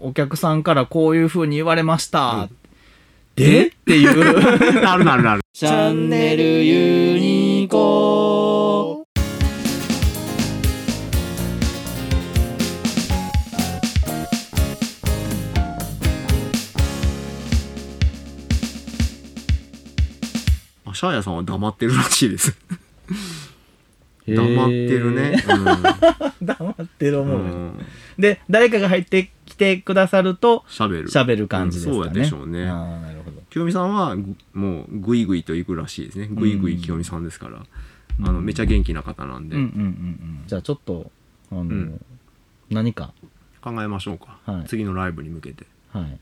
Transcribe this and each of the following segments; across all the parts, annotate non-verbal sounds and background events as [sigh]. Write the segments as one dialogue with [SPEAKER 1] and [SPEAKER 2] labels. [SPEAKER 1] お客さんからこういう風に言われました。
[SPEAKER 2] うん
[SPEAKER 1] でっていう。
[SPEAKER 2] [laughs] なるなるなる。
[SPEAKER 1] チャンネルユニコ
[SPEAKER 2] あシャーヤさんは黙ってるらしいです。黙ってるね。。
[SPEAKER 1] 黙ってる
[SPEAKER 2] うん
[SPEAKER 1] 思う、
[SPEAKER 2] うん。
[SPEAKER 1] で、誰かが入ってきてくださると、
[SPEAKER 2] 喋る。
[SPEAKER 1] 喋る感じですかね、
[SPEAKER 2] うんそうやでしょうね
[SPEAKER 1] ああ、なるほど。
[SPEAKER 2] 清美さんはぐもうグイグイと行くらしいですねグイグイ清美さんですから、あのめちゃ元気な方なんで、
[SPEAKER 1] うんうんうんうん。じゃあちょっと、あの、
[SPEAKER 2] ん
[SPEAKER 1] 何か、
[SPEAKER 2] 考えましょうか、
[SPEAKER 1] はい
[SPEAKER 2] 次のライブに向けて
[SPEAKER 1] はい。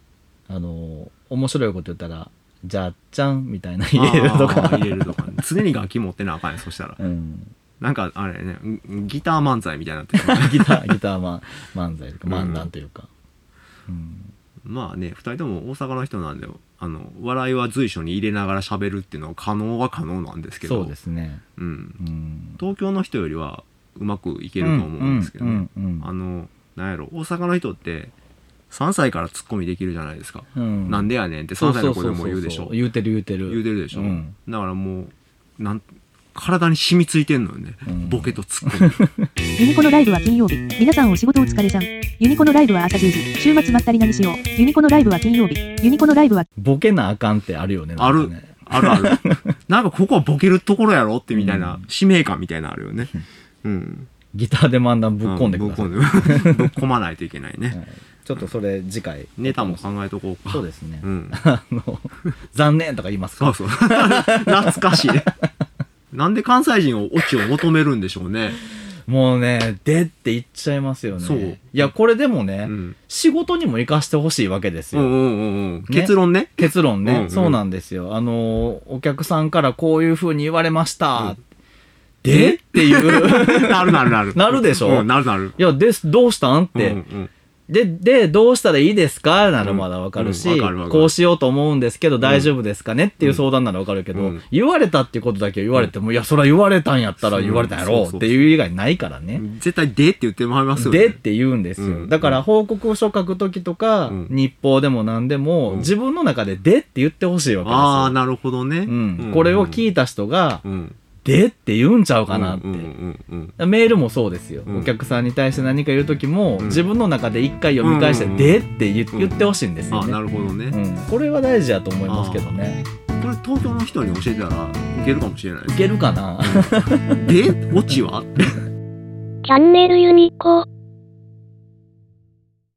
[SPEAKER 1] あの、面白いこと言ったら、じゃっちゃんみたいな入れると
[SPEAKER 2] あー
[SPEAKER 1] か。
[SPEAKER 2] 入れるとか常に楽器持ってなあかんねそしたら
[SPEAKER 1] うん。
[SPEAKER 2] なんかあれねんギター漫才みたいになってる
[SPEAKER 1] ギター、ギターマン漫才とか、
[SPEAKER 2] うん
[SPEAKER 1] 漫談というか。うん。
[SPEAKER 2] まあね2人とも大阪の人なんであの笑いは随所に入れながら喋るっていうのは可能は可能なんですけど
[SPEAKER 1] そうですね。
[SPEAKER 2] うん、
[SPEAKER 1] うん。
[SPEAKER 2] 東京の人よりはうまくいけると思うんですけどね、
[SPEAKER 1] うんうんうん
[SPEAKER 2] あのなんやろ大阪の人って3歳からツッコミできるじゃないですか
[SPEAKER 1] うん
[SPEAKER 2] なんでやねんって3歳の子でも言うでし
[SPEAKER 1] そそそ
[SPEAKER 2] ょ
[SPEAKER 1] そ言うてる言うてる。
[SPEAKER 2] 言うてるでしょ、
[SPEAKER 1] うん
[SPEAKER 2] だからもうなん体に染みついてんのよね、
[SPEAKER 1] うん
[SPEAKER 2] ボケとツ
[SPEAKER 1] [laughs]
[SPEAKER 2] ッコミ
[SPEAKER 3] ユニコのライブは金曜日。皆さんお仕事お疲れさん。ユニコのライブは朝10時。週末まったり何しよう。ユニコのライブは金曜日。ユニコのライブは
[SPEAKER 1] ボケなあかんってあるよね。
[SPEAKER 2] あ
[SPEAKER 1] なん
[SPEAKER 2] る
[SPEAKER 1] かね
[SPEAKER 2] あるあるなんかここはボケるところやろってみたいな、
[SPEAKER 1] うん
[SPEAKER 2] 使命感みたいなのある
[SPEAKER 1] [laughs]
[SPEAKER 2] よねうん
[SPEAKER 1] ギターで漫談ぶっ込んでください。
[SPEAKER 2] うぶっ込んでぶっ込まないといけないね、
[SPEAKER 1] はいちょっとそれ次回。
[SPEAKER 2] ネタも考えとこうか
[SPEAKER 1] そうですね
[SPEAKER 2] う。ん
[SPEAKER 1] [laughs] あの、残念とか言います
[SPEAKER 2] そ
[SPEAKER 1] か
[SPEAKER 2] うそう懐かしいなんで関西人をオチを求めるんでしょうね、
[SPEAKER 1] もうね、でって言っちゃいますよね。
[SPEAKER 2] そう
[SPEAKER 1] いや、これでもね、
[SPEAKER 2] うん、
[SPEAKER 1] 仕事にも活かしてほしいわけです
[SPEAKER 2] うんう
[SPEAKER 1] よ。
[SPEAKER 2] んうんうん結論ね
[SPEAKER 1] 結論ね、
[SPEAKER 2] うんうん
[SPEAKER 1] そうなんですよ。あの、お客さんからこういう風に言われました。
[SPEAKER 2] うん
[SPEAKER 1] でっていう。
[SPEAKER 2] なるなるなる
[SPEAKER 1] なるでしょ
[SPEAKER 2] うんなるなる
[SPEAKER 1] いや、です、どうしたんって、
[SPEAKER 2] うんうん
[SPEAKER 1] で、で、どうしたらいいですかならまだわかるし、
[SPEAKER 2] うんうんわかるわかる
[SPEAKER 1] こうしようと思うんですけど大丈夫ですかね、っていう相談ならわかるけど、
[SPEAKER 2] うん
[SPEAKER 1] 言われたってことだけ言われても、いや、それは言われたんやったら
[SPEAKER 2] そう
[SPEAKER 1] 言われたんや
[SPEAKER 2] そう
[SPEAKER 1] ろ
[SPEAKER 2] そう
[SPEAKER 1] う
[SPEAKER 2] そ
[SPEAKER 1] っ
[SPEAKER 2] う
[SPEAKER 1] ていう以外ないからね。
[SPEAKER 2] 絶対でって言ってもらいますよね。
[SPEAKER 1] でって言うんですよ。
[SPEAKER 2] うん
[SPEAKER 1] だから報告書書くときとか、
[SPEAKER 2] うん
[SPEAKER 1] 日報でも何でも、
[SPEAKER 2] うん
[SPEAKER 1] 自分の中ででって言ってほしいわけですよ。
[SPEAKER 2] ああ、なるほどね。
[SPEAKER 1] うん、これを聞
[SPEAKER 2] い
[SPEAKER 1] いた人が、
[SPEAKER 2] うん、
[SPEAKER 1] でって言うんちゃうかなって。
[SPEAKER 2] うんうんうんうん
[SPEAKER 1] メールもそうですよ、
[SPEAKER 2] うん
[SPEAKER 1] お客さんに対して何か言う時も、
[SPEAKER 2] うん
[SPEAKER 1] 自分の中で一回読み返して「
[SPEAKER 2] うん
[SPEAKER 1] で」って言,、
[SPEAKER 2] うん
[SPEAKER 1] 言ってほしいんです
[SPEAKER 2] あ
[SPEAKER 1] よ
[SPEAKER 2] あ、
[SPEAKER 1] ね、
[SPEAKER 2] なるほど
[SPEAKER 1] う
[SPEAKER 2] ね。
[SPEAKER 1] ん、これは大事だと思いますけどね
[SPEAKER 2] これ東京の人に教えてたらいけるかもしれない
[SPEAKER 1] いけるかな
[SPEAKER 2] で、オチはって
[SPEAKER 4] チャンネルユニコー。